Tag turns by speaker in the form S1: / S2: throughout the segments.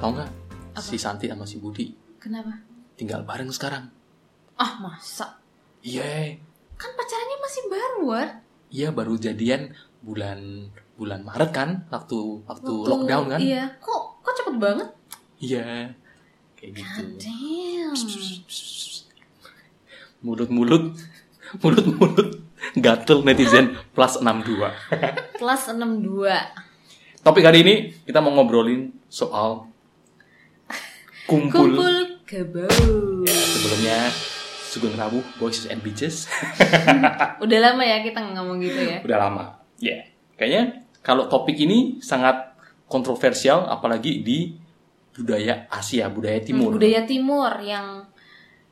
S1: tau nggak?
S2: Apa?
S1: Si Santi sama si Budi
S2: Kenapa?
S1: tinggal bareng sekarang.
S2: Ah masa?
S1: Iya,
S2: Kan pacarannya masih baru, War.
S1: iya baru jadian bulan bulan Maret kan, waktu waktu, lockdown kan?
S2: Iya. Kok kok cepet banget?
S1: Iya. kayak gitu.
S2: God damn.
S1: Mulut-mulut, mulut-mulut, gatel netizen plus 62.
S2: Plus 62.
S1: Topik hari ini kita mau ngobrolin soal kumpul. Ya.
S2: Kumpul kebo.
S1: Sebelumnya Sugeng Rabu, Boys and Bitches.
S2: Udah lama ya kita nggak ngomong gitu ya.
S1: Udah lama. Ya. Kayaknya kalau topik ini sangat kontroversial apalagi di budaya Asia, budaya timur.
S2: Budaya timur yang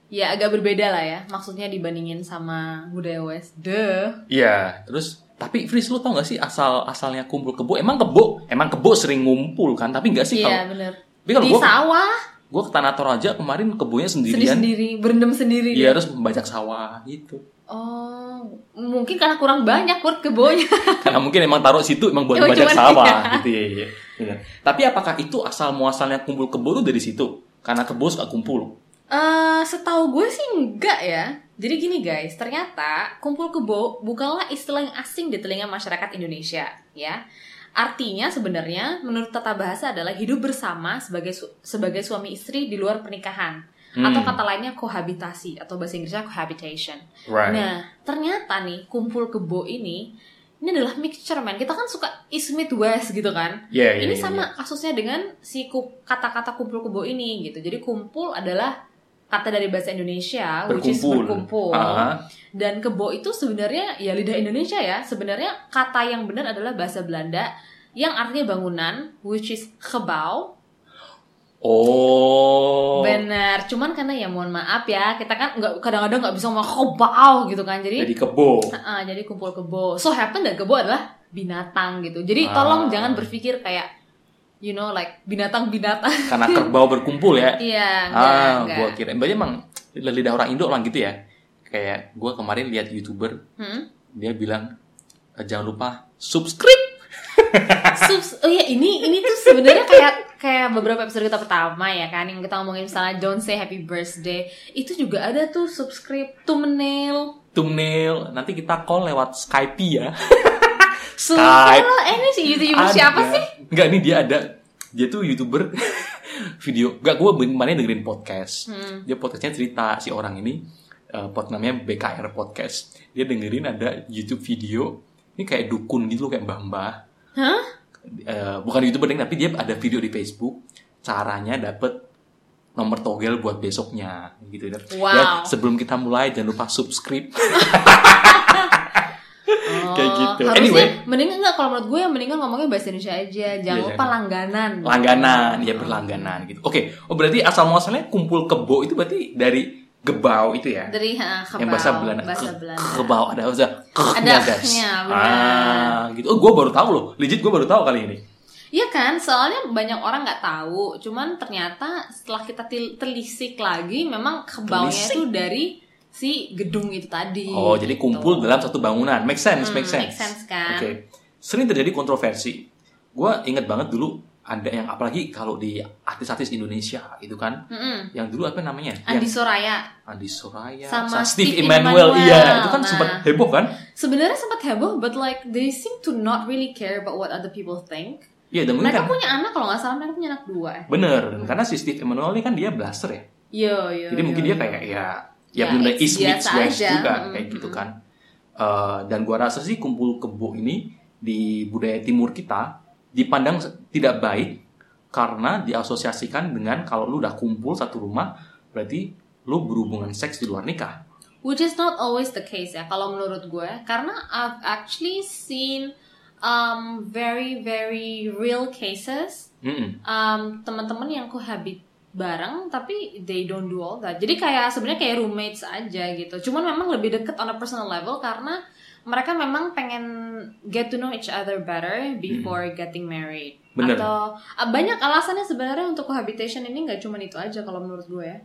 S2: ya agak berbeda lah ya. Maksudnya dibandingin sama budaya west. Duh.
S1: Iya, terus tapi Fris lu tau gak sih asal asalnya kumpul kebo? Emang kebo, emang kebo sering ngumpul kan? Tapi nggak sih
S2: Iya
S1: kalau
S2: bener.
S1: Tapi kalau
S2: Di
S1: gua-
S2: sawah
S1: gue ke Tanah Toraja kemarin kebonya sendirian.
S2: sendiri-sendiri, berendam sendiri.
S1: Iya, harus membajak sawah gitu.
S2: Oh, mungkin karena kurang banyak kur kebonya.
S1: Karena mungkin emang taruh situ emang buat
S2: Cuma-
S1: bajak
S2: cuman-
S1: sawah gitu ya. iya. Iya. Tapi apakah itu asal muasalnya kumpul kebo tuh dari situ? Karena kebo suka kumpul.
S2: Eh, setahu gue sih enggak ya. Jadi gini guys, ternyata kumpul kebo bukanlah istilah yang asing di telinga masyarakat Indonesia, ya. Artinya sebenarnya menurut tata bahasa adalah hidup bersama sebagai su- sebagai suami istri di luar pernikahan atau
S1: Hmm.
S2: kata lainnya kohabitasi atau bahasa Inggrisnya cohabitation.
S1: Right.
S2: Nah, ternyata nih kumpul kebo ini ini adalah mixture man. Kita kan suka East Midwest gitu kan.
S1: Iya, iya,
S2: ini
S1: iya,
S2: sama kasusnya dengan si ku- kata-kata kumpul kebo ini gitu. Jadi kumpul adalah kata dari bahasa Indonesia Ah, which is
S1: Berkumpul.
S2: berkumpul.
S1: Ah.
S2: Dan kebo itu sebenarnya ya lidah Indonesia ya. Sebenarnya kata yang benar adalah bahasa Belanda yang artinya bangunan which is gebouw.
S1: Oh.
S2: Benar. Cuman karena ya mohon maaf ya, kita kan nggak kadang-kadang nggak bisa ngomong gebouw gitu kan. Jadi
S1: Jadi kebo.
S2: Ah, jadi kumpul kebo. So happen dan kebo adalah binatang gitu. Jadi
S1: Ah.
S2: tolong jangan berpikir kayak you know like binatang-binatang.
S1: Karena kerbau berkumpul ya.
S2: Iya, enggak,
S1: Ah,
S2: enggak.
S1: gua kira. Berarti emang lidah orang Indo orang gitu ya. Kayak gua kemarin lihat YouTuber,
S2: Hmm?
S1: dia bilang "Eh, jangan lupa subscribe.
S2: Subs- oh ya ini ini tuh sebenarnya kayak kayak beberapa episode kita pertama ya kan yang kita ngomongin misalnya don't say happy birthday itu juga ada tuh subscribe thumbnail
S1: Thumbnail. Nanti kita call lewat Skype ya.
S2: subscribe eh ini si youtuber
S1: Ada.
S2: siapa sih
S1: Enggak nih dia ada. Dia tuh YouTuber video. Enggak gua kemarin dengerin podcast.
S2: Hmm.
S1: Dia podcastnya cerita si orang ini eh pod namanya BKR podcast. Dia dengerin ada YouTube video. Ini kayak dukun gitu loh, kayak mbah-mbah.
S2: Hah?
S1: eh, bukan youtuber deng, tapi dia ada video di Facebook caranya dapet nomor togel buat besoknya gitu
S2: Wow.
S1: ya sebelum kita mulai jangan lupa subscribe
S2: Oh,
S1: Kayak gitu.
S2: harusnya
S1: Anyway.
S2: mendingan enggak kalau menurut gue yang mendingan ngomongnya bahasa Indonesia aja jangan
S1: Iya,
S2: lupa
S1: jangan.
S2: langganan
S1: langganan ya berlangganan gitu oke oh berarti asal muasalnya kumpul kebo itu berarti dari gebau itu ya
S2: dari ha, kebau,
S1: yang bahasa Belanda
S2: bahasa
S1: Ke-
S2: Belanda. iya,
S1: kebau ada bahasa kernya, guys
S2: khnya,
S1: ah gitu oh gue baru tahu loh legit gue baru tahu kali ini
S2: Iya kan, soalnya banyak orang nggak tahu. Cuman ternyata setelah kita til- telisik lagi, memang kebaunya
S1: Telisik?
S2: itu dari si gedung itu tadi.
S1: Oh, jadi
S2: gitu.
S1: kumpul dalam satu bangunan. Make sense,
S2: Hmm,
S1: make sense.
S2: make sense, kan?
S1: Oke. Sering terjadi kontroversi. Gua inget banget dulu ada yang apalagi kalau di artis-artis Indonesia gitu kan.
S2: Mm-mm.
S1: Yang dulu apa namanya?
S2: Andi
S1: yang
S2: Soraya.
S1: Andi Soraya,
S2: Sama
S1: Steve,
S2: Steve
S1: Emmanuel.
S2: Emmanuel.
S1: Iya, itu kan
S2: Nah.
S1: sempat heboh kan?
S2: Sebenarnya sempat heboh, but like they seem to not really care about what other people think.
S1: Iya, dan mungkin
S2: Mereka
S1: kan-
S2: punya anak kalau nggak salah mereka punya anak dua. eh.
S1: bener. Karena si Steve Emmanuel ini kan dia blaster ya.
S2: Yo yo.
S1: Jadi mungkin
S2: yo,
S1: dia
S2: yo.
S1: kayak ya ya,
S2: Ya,
S1: bener
S2: it's
S1: East meets
S2: biasa
S1: West
S2: aja.
S1: juga
S2: Mm,
S1: kayak
S2: mm,
S1: gitu
S2: mm.
S1: kan. Eh, dan gua rasa sih kumpul kebo ini di budaya timur kita dipandang se- tidak baik karena diasosiasikan dengan kalau lu udah kumpul satu rumah berarti lu berhubungan seks di luar nikah.
S2: Which is not always the case ya kalau menurut gue karena I've actually seen um, very very real cases
S1: Mm-mm.
S2: um, teman-teman yang cohabit bareng tapi they don't do all that. Jadi kayak sebenarnya kayak roommates aja gitu. Cuman memang lebih deket on a personal level karena mereka memang pengen get to know each other better before getting married.
S1: Hmm. Bener.
S2: Atau uh, banyak alasannya sebenarnya untuk cohabitation ini nggak cuman itu aja kalau menurut gue ya.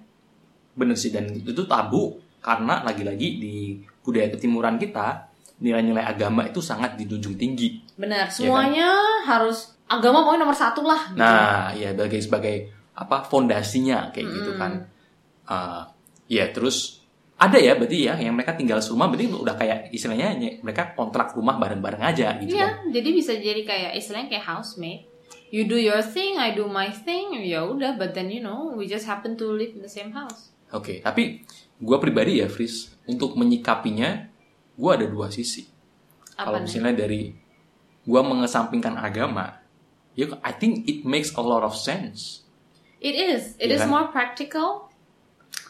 S1: Bener sih dan itu tabu karena lagi-lagi di budaya ketimuran kita nilai-nilai agama itu sangat dijunjung tinggi.
S2: Benar,
S1: kan?
S2: semuanya harus agama pokoknya nomor satu lah gitu.
S1: Nah, ya sebagai sebagai apa fondasinya kayak gitu
S2: Mm-mm.
S1: kan. Ah, ya terus ada ya berarti ya yang mereka tinggal serumah berarti udah kayak istilahnya ny- mereka kontrak rumah bareng-bareng aja gitu kan.
S2: Iya, jadi bisa jadi kayak istilahnya kayak housemate. You do your thing, I do my thing. Ya udah, but then you know, we just happen to live in the same house.
S1: Oke, tapi gua pribadi ya Fris untuk menyikapinya gua ada dua sisi. Kalau
S2: Apa nih?
S1: misalnya dari gua mengesampingkan agama, ya I think it makes a lot of sense.
S2: It is, it
S1: Iya
S2: is
S1: kan?
S2: more practical,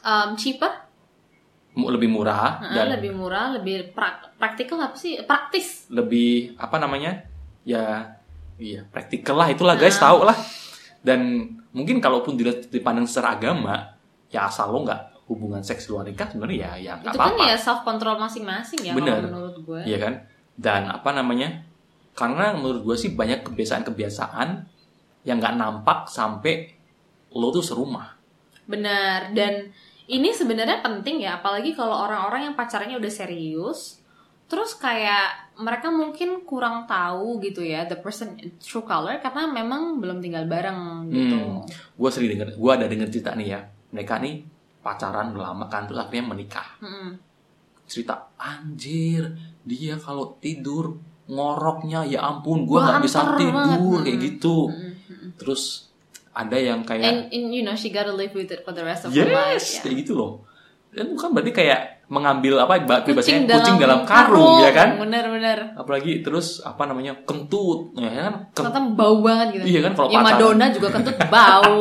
S2: um, cheaper,
S1: Mu- Lebih murah
S2: Heeh,
S1: dan
S2: lebih murah, lebih pra- practical apa sih? Praktis.
S1: lebih apa namanya ya iya praktikal lah itulah guys
S2: Nah.
S1: tahu lah dan mungkin kalaupun dilihat dipandang secara agama ya asal lo nggak hubungan seks luar nikah sebenarnya ya ya nggak
S2: Itu kan
S1: apa-apa
S2: ya self control masing-masing ya
S1: Bener.
S2: kalau menurut gue.
S1: iya kan dan apa namanya karena menurut gue sih banyak kebiasaan-kebiasaan yang nggak nampak sampai lo tuh serumah
S2: Benar. Dan ini sebenarnya penting ya, apalagi kalau orang-orang yang pacarnya udah serius, terus kayak mereka mungkin kurang tahu gitu ya the person true color karena memang belum tinggal bareng gitu.
S1: Hmm. gue sering denger gue ada denger cerita nih ya mereka nih pacaran udah lama kan terus akhirnya menikah
S2: Mm-mm.
S1: cerita anjir dia kalau tidur ngoroknya ya ampun gue
S2: Wah,
S1: nggak bisa
S2: anter
S1: tidur
S2: banget. Hmm.
S1: kayak gitu
S2: Mm-mm. Mm-mm.
S1: terus ada yang kayak
S2: And, and you know she gotta live with it for the rest of her life.
S1: yes
S2: ya.
S1: kayak gitu loh dan bukan berarti kayak mengambil apa bah- bahasanya,
S2: Kucing,
S1: kucing dalam karung ya kan
S2: Bener-bener.
S1: apalagi terus apa namanya kentut ya kan Ken-
S2: Ternyata bau banget gitu.
S1: Iya kan, kalau
S2: ya,
S1: pacaran.
S2: Madonna juga kentut bau.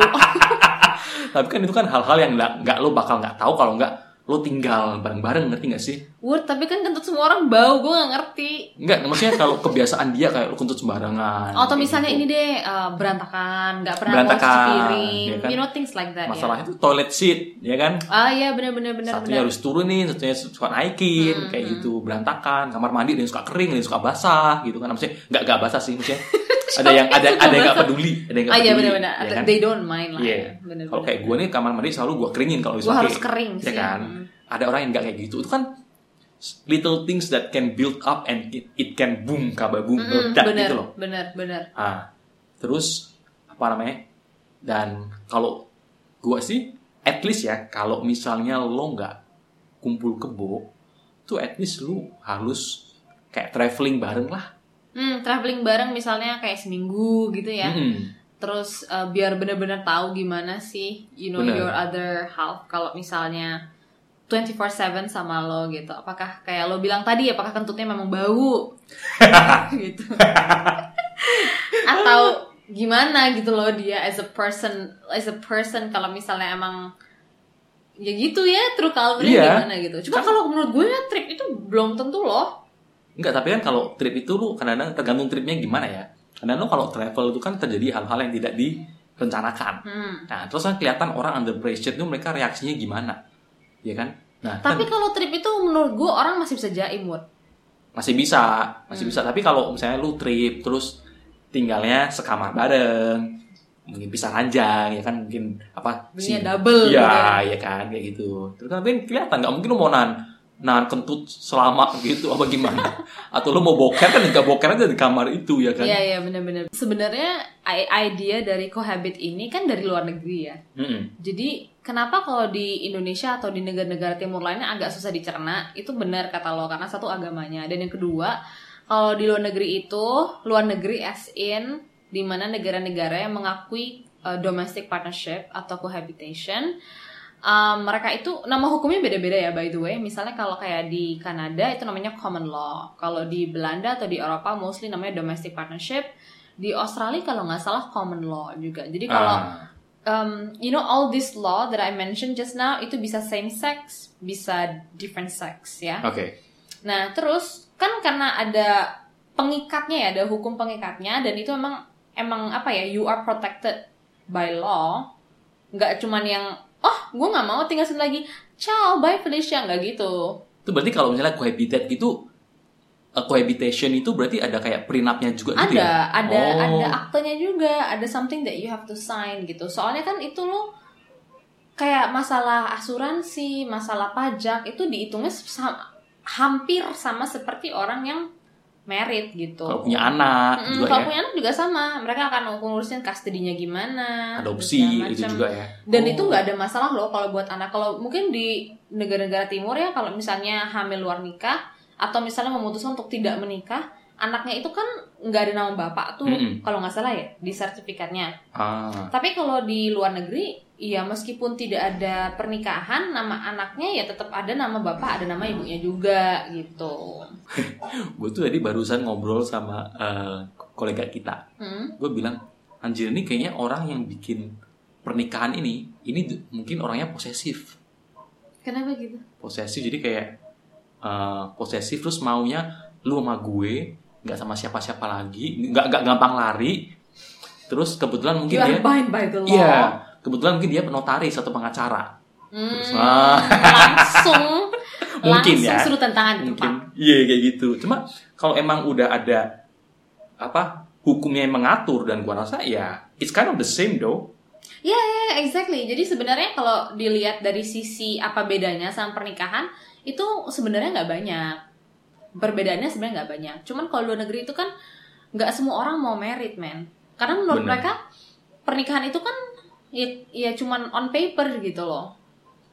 S1: tapi kan itu kan hal-hal yang nggak nggak lo bakal nggak tahu kalau nggak lo tinggal bareng-bareng ngerti nggak sih
S2: Word, tapi kan kentut semua orang bau, gue gak ngerti.
S1: nggak maksudnya kalau kebiasaan dia kayak lo kentut sembarangan
S2: Oh, Atau
S1: kayak
S2: misalnya
S1: gitu.
S2: ini deh eh, berantakan, nggak pernah
S1: Berantakan,
S2: mau cuci piring,
S1: ya kan?
S2: you know things like that.
S1: masalahnya itu toilet seat ya kan
S2: Ya. Ah iya benar-benar
S1: satunya
S2: benar-benar.
S1: harus turunin, satunya suka naikin,
S2: Hmm,
S1: kayak gitu berantakan. Kamar mandi ada yang suka kering, ada yang suka basah, gitu kan? Maksudnya nggak nggak basah sih, maksudnya ada yang ada
S2: Siapa yang suka
S1: ada yang nggak
S2: basah?
S1: peduli, ada yang
S2: Ah
S1: nggak
S2: iya
S1: peduli.
S2: benar-benar.
S1: ya kan?
S2: They don't mind lah.
S1: Iya.
S2: ya, benar-benar.
S1: Kalau kayak gue nih kamar mandi selalu gue keringin kalau bisa.
S2: Gua harus kering
S1: ya
S2: sih.
S1: kan?
S2: Hmm.
S1: Ada orang yang nggak kayak gitu. Itu kan little things that can build up and it, it can boom kabar boom
S2: Mm-mm,
S1: meledak
S2: benar,
S1: gitu loh.
S2: benar, benar.
S1: Ah, terus apa namanya? Dan kalau gua sih, at least ya, kalau misalnya lo nggak kumpul kebo, tuh at least lu harus kayak traveling bareng lah.
S2: Hmm, traveling bareng misalnya kayak seminggu gitu ya.
S1: Mm-mm.
S2: Terus eh, biar benar-benar tahu gimana sih you know
S1: Benar.
S2: your other half kalau misalnya 24/7 sama lo gitu. Apakah kayak lo bilang tadi apakah kentutnya memang bau gitu atau gimana gitu loh dia as a person as a person kalau misalnya emang ya gitu ya true color
S1: Iya.
S2: gimana gitu cuma kalau menurut gue ya trip itu belum tentu loh
S1: Nggak, tapi kan kalau trip itu lu kadang-kadang tergantung tripnya gimana ya. Karena lo kalau travel itu kan terjadi hal-hal yang tidak direncanakan.
S2: Hmm.
S1: Nah, terus kan kelihatan orang under pressure itu mereka reaksinya gimana. Ya kan? Nah, kan-
S2: tapi kalau trip itu menurut gue orang masih bisa jaim Wud.
S1: masih bisa masih
S2: Hmm.
S1: bisa tapi kalau misalnya lu trip terus tinggalnya sekamar bareng mungkin pisah ranjang ya kan mungkin apa
S2: Belinya
S1: ya,
S2: double gitu ya.
S1: ya kan kayak gitu terus kan mungkin kelihatan nggak mungkin lu mau nahan nahan kentut selama gitu apa gimana atau lu mau boker kan nggak boker aja di kamar itu ya kan
S2: Iya iya benar-benar. Sebenarnya i- idea dari cohabit ini kan dari luar negeri ya.
S1: Mm-mm.
S2: Jadi kenapa kalau di Indonesia atau di negara-negara timur lainnya agak susah dicerna? Itu benar kata lo karena satu agamanya dan yang kedua kalau di luar negeri itu luar negeri as in di mana negara-negara yang mengakui uh, domestic partnership atau cohabitation um, mereka itu nama hukumnya beda-beda ya by the way misalnya kalau kayak di Kanada itu namanya common law kalau di Belanda atau di Eropa mostly namanya domestic partnership di Australia kalau nggak salah common law juga jadi kalau
S1: Ah,
S2: um, you know all this law that I mentioned just now itu bisa same sex, bisa different sex ya.
S1: oke
S2: Nah terus kan karena ada pengikatnya ya, ada hukum pengikatnya dan itu emang emang apa ya you are protected by law. Nggak cuman yang oh gue nggak mau tinggal sini lagi, ciao bye Felicia nggak gitu.
S1: itu berarti kalau misalnya cohabitat gitu eh, cohabitation itu berarti ada kayak prenupnya juga gitu
S2: ada
S1: ya
S2: ada
S1: Oh.
S2: ada aktenya juga ada something that you have to sign gitu soalnya kan itu lo kayak masalah asuransi masalah pajak itu dihitungnya sa- hampir sama seperti orang yang merit gitu.
S1: Kalau punya anak
S2: Mm-mm,
S1: juga
S2: kalau
S1: ya.
S2: punya anak juga sama, mereka akan ngurusin custody-nya gimana,
S1: Adopsi
S2: terus segala
S1: itu
S2: macam.
S1: juga ya.
S2: Dan
S1: Oh.
S2: itu nggak ada masalah loh kalau buat anak. Kalau mungkin di negara-negara timur ya, kalau misalnya hamil luar nikah atau misalnya memutuskan untuk tidak menikah, anaknya itu kan nggak ada nama bapak tuh,
S1: Mm-mm.
S2: kalau nggak salah ya di sertifikatnya.
S1: Ah,
S2: Tapi kalau di luar negeri, ya meskipun tidak ada pernikahan, nama anaknya ya tetap ada nama bapak, ada nama ibunya juga gitu.
S1: gue tuh tadi barusan ngobrol sama eh, kolega kita.
S2: Hmm?
S1: Gue bilang, anjir ini kayaknya orang yang bikin pernikahan ini, ini d- mungkin orangnya posesif.
S2: Kenapa gitu?
S1: Posesif jadi kayak eh, posesif terus maunya lu sama gue, nggak sama siapa-siapa lagi, nggak nggak gampang lari. Terus kebetulan mungkin
S2: You are
S1: dia,
S2: bound by the law.
S1: iya, kebetulan mungkin dia penotaris atau pengacara.
S2: Hmm,
S1: Terus, ah.
S2: langsung
S1: Mungkin
S2: langsung
S1: ya.
S2: suruh tantangan di tempat.
S1: mungkin iya kayak gitu cuma kalau emang udah ada apa hukumnya yang mengatur dan gua rasa ya it's kind of the same though
S2: Ya, exactly. Jadi sebenarnya kalau dilihat dari sisi apa bedanya sama pernikahan, itu sebenarnya nggak banyak. Perbedaannya sebenarnya nggak banyak. Cuman kalau luar negeri itu kan nggak semua orang mau merit, men. Karena menurut
S1: Benar.
S2: mereka pernikahan itu kan ya, ya cuman on paper gitu loh.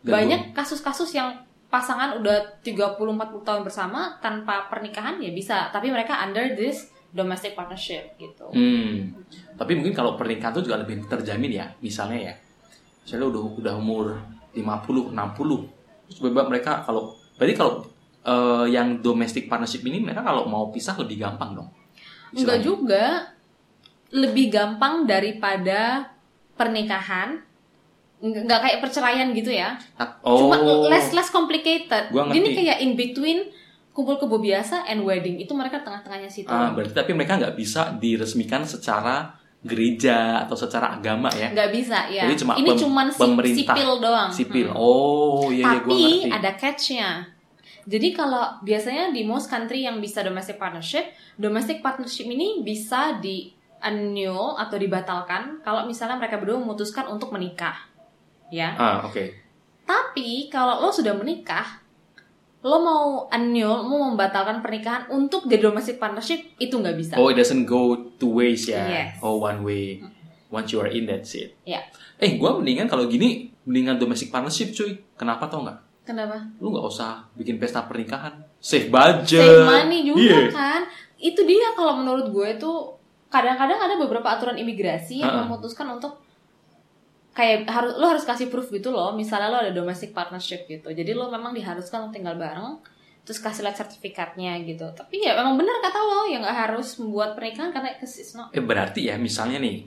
S1: Dan
S2: banyak kasus-kasus yang pasangan udah 30-40 tahun bersama tanpa pernikahan ya bisa. Tapi mereka under this domestic partnership gitu.
S1: gua- hmm tapi mungkin kalau pernikahan itu juga lebih terjamin ya misalnya ya misalnya udah udah umur 50 60 terus tiba-tiba mereka kalau berarti kalau eh, yang domestic partnership ini mereka kalau mau pisah lebih gampang dong
S2: Enggak
S1: Istilahnya.
S2: juga. Lebih gampang daripada pernikahan. Enggak enggak kayak perceraian gitu ya.
S1: Ta- oh
S2: Cuma gitu. less less complicated.
S1: Gua ngerti.
S2: Ini kayak in between kumpul kebo biasa and wedding. Itu mereka tengah-tengahnya situ.
S1: Ah, berarti tapi mereka nggak bisa diresmikan secara gereja atau secara agama ya
S2: Enggak bisa ya.
S1: Jadi cuma
S2: Ini
S1: pem-
S2: cuman si-
S1: pemerintah.
S2: sipil doang.
S1: sipil.
S2: Hmm.
S1: Oh, iya, iya gue
S2: Tapi
S1: ngerti.
S2: ada catch-nya. Jadi kalau biasanya di most country yang bisa domestic partnership, domestic partnership ini bisa di annul atau dibatalkan kalau misalnya mereka berdua memutuskan untuk menikah. Ya.
S1: Ah, oke.
S2: Tapi kalau lo sudah menikah, lo mau annul, mau membatalkan pernikahan untuk jadi domestic partnership itu nggak bisa.
S1: Oh, it doesn't go two ways ya.
S2: Yes. Hmm.
S1: Oh, one way. Once you are in, that's it.
S2: Ya.
S1: Eh, gue mendingan kalau gini, mendingan domestic partnership cuy. Kenapa tau nggak?
S2: Kenapa?
S1: Lu nggak usah bikin pesta pernikahan. Save budget.
S2: Save money juga
S1: Iya.
S2: kan. Itu dia kalau menurut gue tuh kadang-kadang ada beberapa aturan imigrasi yang
S1: Ha-ha.
S2: memutuskan untuk kayak harus lo harus kasih proof gitu loh misalnya lo ada domestic partnership gitu jadi lo memang diharuskan untuk tinggal bareng terus kasih lihat sertifikatnya gitu tapi ya memang benar kata lo ya nggak harus membuat pernikahan karena cause it's not
S1: Eh, berarti ya, misalnya nih,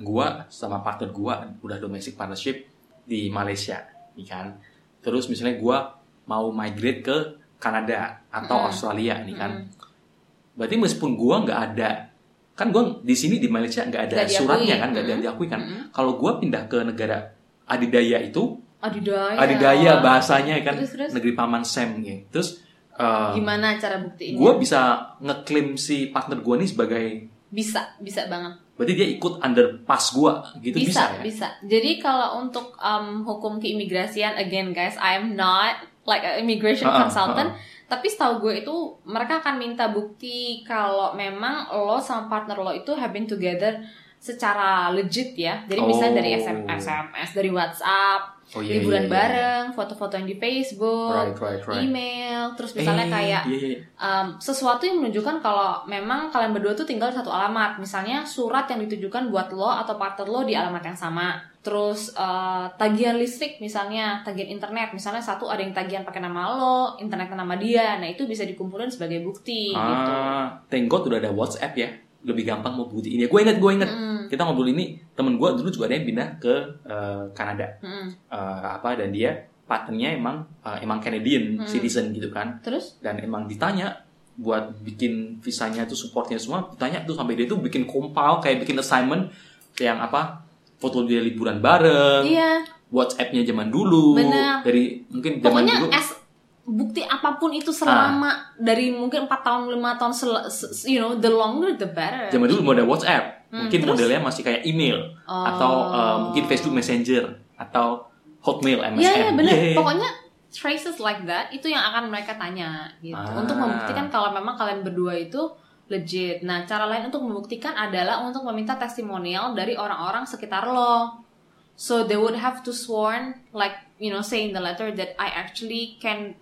S1: gue sama partner gue udah domestic partnership di Malaysia, nih kan. Terus misalnya gue mau migrate ke Kanada atau
S2: Mm.
S1: Australia, nih kan. Berarti meskipun gua nggak ada kan gua di sini di Malaysia nggak ada
S2: Nggak diakui.
S1: suratnya kan nggak ada
S2: Mm-mm.
S1: diakui kan.
S2: Mm-mm.
S1: Kalau gua pindah ke negara adidaya itu
S2: adidaya
S1: adidaya bahasanya kan
S2: Oh, iya. Terus, terus?
S1: negeri paman Sam gitu. Terus eh,
S2: gimana cara buktiinnya
S1: gua bisa ngeklaim si partner gua nih sebagai
S2: bisa bisa banget
S1: berarti dia ikut under pas gua gitu bisa,
S2: bisa
S1: ya.
S2: bisa. jadi kalau untuk um, hukum keimigrasian again guys I am not like an immigration
S1: Ha-ha,
S2: consultant tapi setahu gue itu mereka akan minta bukti kalau memang lo sama partner lo itu have been together secara legit ya jadi misalnya dari
S1: Oh.
S2: SMS, SMS dari WhatsApp
S1: Oh iya, iya,
S2: liburan
S1: iya.
S2: bareng foto-foto yang di Facebook
S1: Right, right, right.
S2: email terus misalnya
S1: Eh,
S2: kayak
S1: iya, iya.
S2: um, sesuatu yang menunjukkan kalau memang kalian berdua tuh tinggal di satu alamat. Misalnya surat yang ditujukan buat lo atau partner lo di alamat yang sama. Terus uh, tagihan listrik misalnya, tagihan internet. Misalnya satu ada yang tagihan pakai nama lo, internet nama dia. Nah itu bisa dikumpulin sebagai bukti gitu.
S1: Ah, thank God udah ada WhatsApp ya. Lebih gampang mau buktiin ya. Gue inget, gue inget.
S2: Mm,
S1: Kita ngobrol ini temen gue dulu juga ada yang pindah ke eh, Kanada.
S2: mm.
S1: eh, apa dan dia patennya emang eh, emang Canadian
S2: Hmm.
S1: citizen gitu kan
S2: Terus?
S1: dan emang ditanya buat bikin visanya tuh supportnya semua ditanya tuh sampai dia tuh bikin kompal kayak bikin assignment yang apa foto dia liburan bareng
S2: Iya.
S1: WhatsApp-nya zaman dulu
S2: Bener.
S1: dari mungkin zaman
S2: Pokoknya
S1: dulu Ah.
S2: es bukti apapun itu selama dari mungkin 4 tahun 5 tahun sel- se- se- you know the longer the better.
S1: zaman dulu belum ada WhatsApp
S2: Hmm,
S1: mungkin
S2: terus?
S1: modelnya masih kayak email
S2: Oh.
S1: eh, atau eh, mungkin Facebook Messenger atau Hotmail MSN
S2: Iya iya bener.
S1: Yeay.
S2: Pokoknya traces like that itu yang akan mereka tanya gitu
S1: Ah.
S2: untuk membuktikan kalau memang kalian berdua itu legit. Nah, cara lain untuk membuktikan adalah untuk meminta testimonial dari orang-orang sekitar lo. So they would have to sworn like you know saying the letter that I actually can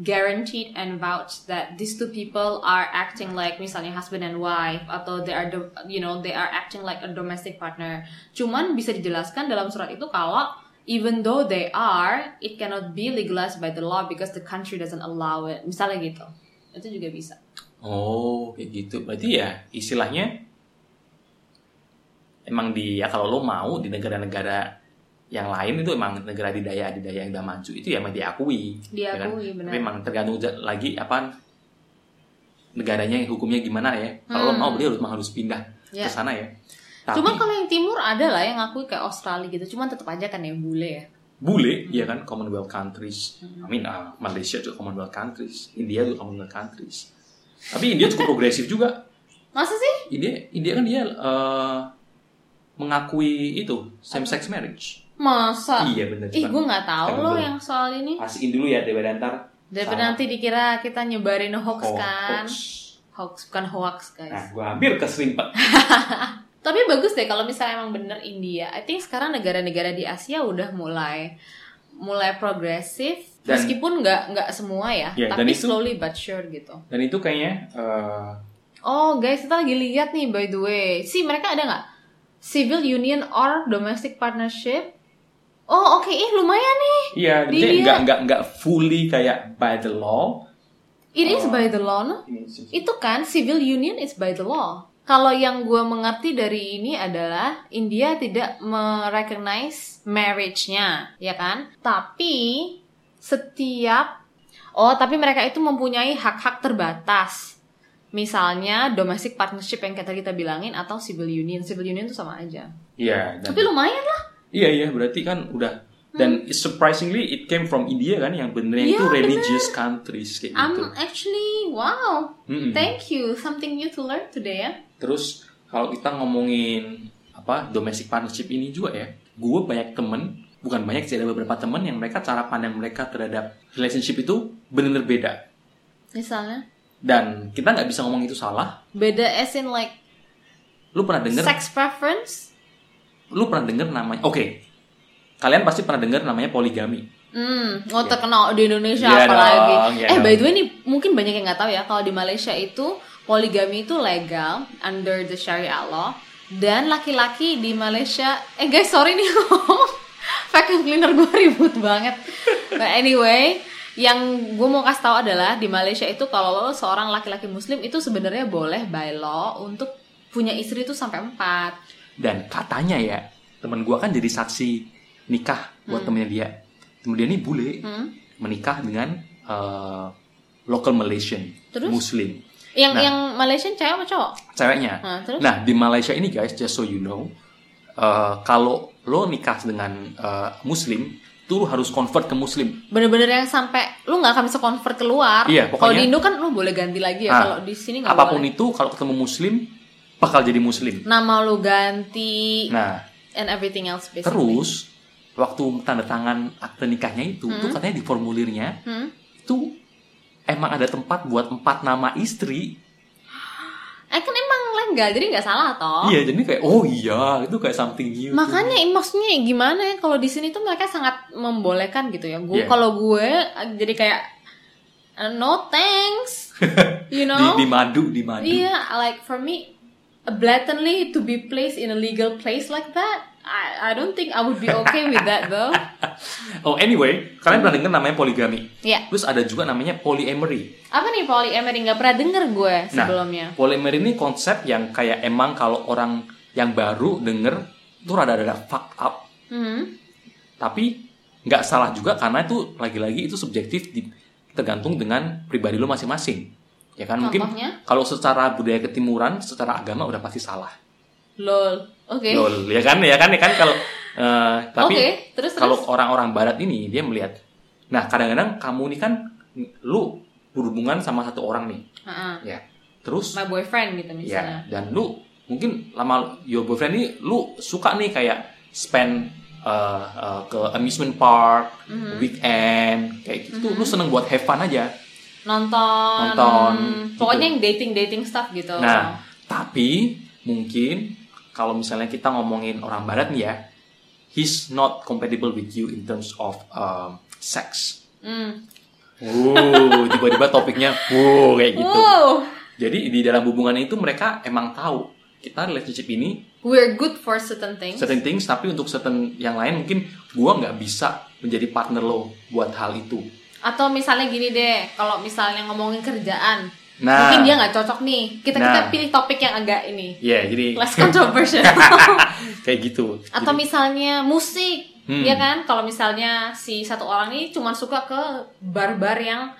S2: guaranteed and vouch that these two people are acting like misalnya husband and wife atau they are do- you know they are acting like a domestic partner. Cuman bisa dijelaskan dalam surat itu kalau even though they are it cannot be legalized by the law because the country doesn't allow it. Misalnya gitu. Itu juga bisa.
S1: Oh, kayak gitu. Berarti ya istilahnya emang di ya kalau lo mau di negara-negara yang lain itu emang negara adidaya adidaya yang udah maju itu ya emang diakui. ya kan?
S2: Diakui benar.
S1: Tapi emang tergantung ja- lagi apa negaranya yang hukumnya gimana ya. Kalau lo
S2: Hmm.
S1: mau beli harus emang harus pindah ke
S2: Ya.
S1: sana ya. Tapi
S2: Cuma kalau yang timur ada lah yang ngakui kayak Australia gitu. Cuman tetap aja kan yang bule ya.
S1: bule ya kan
S2: Hmm.
S1: Commonwealth countries. I mean ah, Malaysia juga Commonwealth countries, India juga Commonwealth countries. Tapi India cukup progresif juga.
S2: Masa sih?
S1: India India kan dia eh, mengakui itu same sex marriage.
S2: Masa?
S1: iya benar.
S2: Ah. Ih, gue nggak tahu
S1: Kan
S2: loh
S1: belum.
S2: yang soal ini.
S1: Asiin dulu ya daripada ntar
S2: Daripada nanti dikira kita nyebarin hoax
S1: hoax.
S2: kan. Hoax bukan hoax, guys.
S1: Nah, gue hampir keserimpet.
S2: Tapi bagus deh kalau misalnya emang bener India. I think sekarang negara-negara di Asia udah mulai mulai progresif
S1: Dan-
S2: meskipun nggak nggak semua ya,
S1: Iya, dan
S2: tapi
S1: itu-
S2: slowly but sure gitu.
S1: Dan itu kayaknya eh,
S2: Oh guys, kita lagi lihat nih by the way. Si mereka ada nggak? Civil union or domestic partnership? Oh oke, ih lumayan nih.
S1: iya
S2: Di
S1: dia
S2: India.
S1: nggak nggak nggak fully kayak by the law.
S2: It is by the law, no?
S1: Ini sih.
S2: Itu kan civil union is by the law. Kalau yang gue mengerti dari ini adalah India tidak merecognize marriage-nya, ya kan? Tapi setiap oh tapi mereka itu mempunyai hak-hak terbatas. Misalnya domestic partnership yang kita kita bilangin atau civil union. Civil union itu sama aja.
S1: Iya. dan-
S2: Tapi lumayan lah.
S1: Iya iya berarti kan udah dan surprisingly it came from India kan yang benernya
S2: Iya,
S1: itu religious countries kayak
S2: I'm
S1: gitu.
S2: actually wow.
S1: Mm-mm.
S2: Thank you. Something new to learn today ya.
S1: Terus kalau kita ngomongin apa domestic partnership ini juga ya, gue banyak temen, bukan banyak sih ada beberapa temen yang mereka cara pandang mereka terhadap relationship itu benar-benar beda.
S2: Misalnya
S1: Dan kita nggak bisa ngomong itu salah.
S2: beda as in like
S1: Lu pernah denger?
S2: sex preference.
S1: Lu pernah denger namanya? Oke, kalian pasti pernah denger namanya poligami.
S2: Hmm, oh terkenal di Indonesia
S1: Iya
S2: apalagi.
S1: dong, iya
S2: eh
S1: dong.
S2: by the way nih mungkin banyak yang nggak tahu ya kalau di Malaysia itu poligami itu legal under the Sharia law dan laki-laki di Malaysia eh guys sorry nih ngomong vacuum cleaner gue ribut banget. But anyway, yang gue mau kasih tahu adalah di Malaysia itu kalau lo seorang laki-laki muslim itu sebenarnya boleh by law untuk punya istri itu sampai empat.
S1: Dan katanya ya temen gue kan jadi saksi nikah buat temennya dia. Kemudian ini bule
S2: Hmm?
S1: menikah dengan eh, local Malaysian
S2: Terus?
S1: Muslim
S2: Yang
S1: Nah.
S2: yang Malaysian cewek sama cowok?
S1: ceweknya.
S2: Nah, terus?
S1: Nah, di Malaysia ini guys, just so you know, eh, kalau lo nikah dengan eh, muslim, itu lo harus convert ke muslim.
S2: bener-bener yang sampai lu nggak akan bisa convert keluar.
S1: Iya, pokoknya-
S2: Kalau di Indo kan lu boleh ganti lagi ya.
S1: Ah,
S2: kalau di sini nggak
S1: Apapun
S2: boleh.
S1: itu, kalau ketemu muslim, bakal jadi muslim.
S2: Nama lu ganti
S1: Nah,
S2: and everything else basically.
S1: terus waktu tanda tangan akte nikahnya itu, tuh katanya di formulirnya
S2: Hmm?
S1: itu emang ada tempat buat empat nama istri.
S2: Eh kan emang legal, jadi nggak salah toh.
S1: Iya, jadi kayak oh iya, itu kayak something new.
S2: Makanya i- maksudnya gimana ya kalau di sini tuh mereka sangat membolehkan gitu ya.
S1: Iya.
S2: Gue kalau gue eh, jadi kayak eh, no thanks.
S1: Di,
S2: You know?
S1: di madu, di madu.
S2: Iya, like for me, blatantly to be placed in a legal place like that, I, I don't think I would be okay with that though.
S1: Oh anyway, kalian pernah dengar namanya poligami?
S2: Iya.
S1: Terus ada juga namanya polyamory.
S2: Apa nih polyamory? Nggak pernah denger gue sebelumnya.
S1: Nah, polyamory ini konsep yang kayak emang kalau orang yang baru denger itu rada-rada fuck up,
S2: Hmm.
S1: tapi nggak salah juga karena itu lagi-lagi itu subjektif di- tergantung dengan pribadi lo masing-masing. Ya kan mungkin
S2: Contohnya?
S1: kalau secara budaya ketimuran, secara agama udah pasti salah.
S2: Lol. Oke.
S1: Lol, ya kan ya kan ya kan kalau eh, tapi
S2: Oke, terus,
S1: kalau orang-orang barat ini dia melihat nah kadang-kadang kamu ini kan lu berhubungan sama satu orang nih
S2: Ha-ha.
S1: ya terus
S2: My boyfriend gitu
S1: ya
S2: misalnya.
S1: dan lu mungkin lama your boyfriend ini lu suka nih kayak spend eh, eh, ke amusement park,
S2: Mhm.
S1: weekend, kayak gitu. Lu seneng buat have fun aja.
S2: Nonton,
S1: Nonton,
S2: pokoknya
S1: gitu.
S2: yang dating dating stuff gitu.
S1: Nah, tapi mungkin kalau misalnya kita ngomongin orang barat nih ya, he's not compatible with you in terms of um, sex.
S2: Hmm.
S1: Wow, tiba-tiba topiknya wow kayak gitu.
S2: Wow,
S1: Jadi di dalam hubungan itu mereka emang tahu kita relationship ini
S2: we're good for certain things.
S1: certain things tapi untuk certain yang lain mungkin gua nggak bisa menjadi partner lo buat hal itu.
S2: Atau misalnya gini deh, kalau misalnya ngomongin kerjaan,
S1: Nah,
S2: mungkin dia nggak cocok nih. Kita kita
S1: Nah.
S2: pilih topik yang agak ini
S1: ya jadi
S2: less controversial.
S1: kayak gitu.
S2: Atau
S1: Jadi-
S2: misalnya musik,
S1: Hmm.
S2: ya kan? Kalau misalnya si satu orang ini cuma suka ke bar-bar yang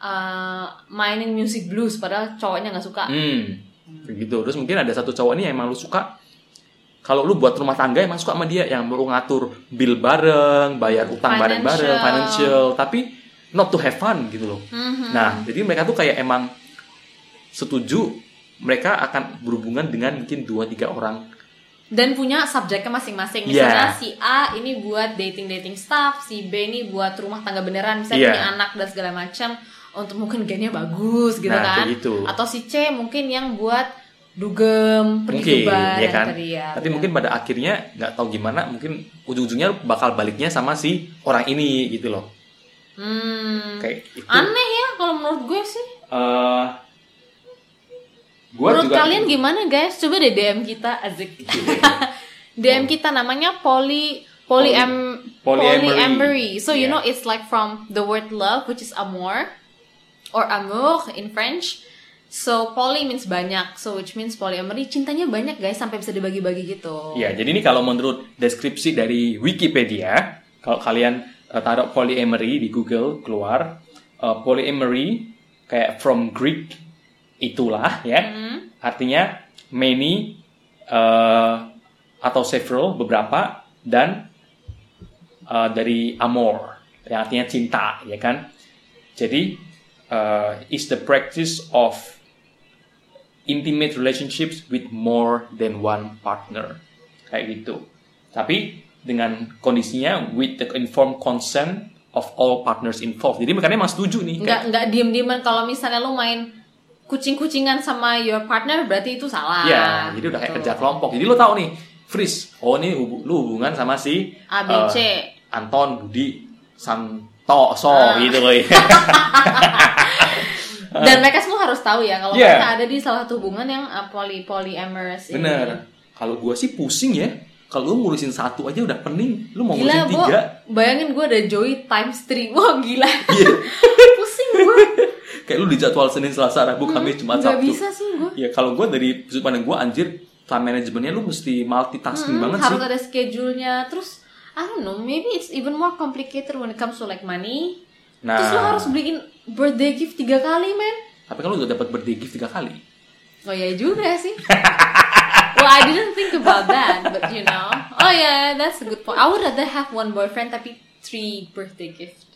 S2: eh, mainin music blues, padahal cowoknya nggak suka.
S1: Hmm. Gitu. Terus mungkin ada satu cowok nih yang emang lu suka kalau lu buat rumah tangga emang suka sama dia yang perlu ngatur bill bareng, bayar utang
S2: Financial.
S1: bareng-bareng, financial, tapi not to have fun gitu loh.
S2: Mhm.
S1: Nah, jadi mereka tuh kayak emang setuju mereka akan berhubungan dengan mungkin dua tiga orang.
S2: Dan punya subjeknya masing-masing.
S1: Iya.
S2: Misalnya si A ini buat dating-dating stuff, si B ini buat rumah tangga beneran, misalnya
S1: Iya.
S2: punya anak dan segala macam. Untuk mungkin gennya bagus gitu
S1: Nah,
S2: kan.
S1: kayak gitu.
S2: Atau si C mungkin yang buat dugem,
S1: Mungkin,
S2: perdukuban,
S1: ya kan?
S2: tadi ya.
S1: Tapi mungkin pada akhirnya nggak tahu gimana, mungkin ujung-ujungnya bakal baliknya sama si orang ini gitu loh.
S2: Hmm.
S1: Kayak itu.
S2: Aneh ya kalau menurut gue sih.
S1: eh, gua
S2: menurut
S1: juga-
S2: kalian gimana guys? Coba deh DM kita Azik. DM kita namanya poly poly am
S1: Polyamory.
S2: So you
S1: Yeah.
S2: know it's like from the word love which is amour or amour in French. So poly means banyak. So which means polyamory cintanya banyak guys sampai bisa dibagi-bagi gitu.
S1: Ya, jadi ini kalau menurut deskripsi dari Wikipedia, kalau kalian eh, taruh polyamory di Google keluar, Eh, polyamory kayak from Greek itulah ya, artinya many eh, atau several beberapa dan eh, dari amor yang artinya cinta ya kan. Jadi eh, is the practice of intimate relationships with more than one partner. Kayak gitu. Tapi dengan kondisinya with the informed consent of all partners involved. Jadi makanya emang setuju nih.
S2: Nggak nggak diem-dieman kalau misalnya lu main kucing-kucingan sama your partner berarti itu salah. Gitu.
S1: Ya, jadi udah kayak kerja kelompok. Jadi lo tahu nih, Fris, oh ini hubu- lu hubungan sama si
S2: A, B,
S1: eh,
S2: C.
S1: Anton, Budi, Santo, So
S2: Ah.
S1: gitu loh. ya.
S2: Dan mereka semua harus tahu ya kalau
S1: Yeah.
S2: mereka ada di salah satu hubungan yang uh, poly polyamorous ini.
S1: Bener. Kalau gua sih pusing ya. Kalau lu ngurusin satu aja udah pening, lu mau
S2: Gila,
S1: ngurusin
S2: Bo.
S1: tiga.
S2: Bayangin gue ada Joey times 3. Wah, gila.
S1: Iya.
S2: Pusing gue.
S1: Kayak lu dijadwal Senin, Selasa, Rabu, Kamis, Jumat,
S2: Gak
S1: Sabtu.
S2: Hmm, bisa sih gue.
S1: Ya kalau gua dari sudut pandang gua anjir, time manajemennya lu mesti multitasking banget sih.
S2: Hmm, harus ada schedule-nya. Terus, I don't know, maybe it's even more complicated when it comes to like money.
S1: Nah.
S2: Terus lo harus beliin birthday gift tiga kali, men.
S1: Tapi kan lu udah dapat birthday gift tiga kali.
S2: Oh ya juga sih. well, I didn't think about that, but you know. Oh yeah, that's a good point. I would rather have one boyfriend tapi three birthday gift.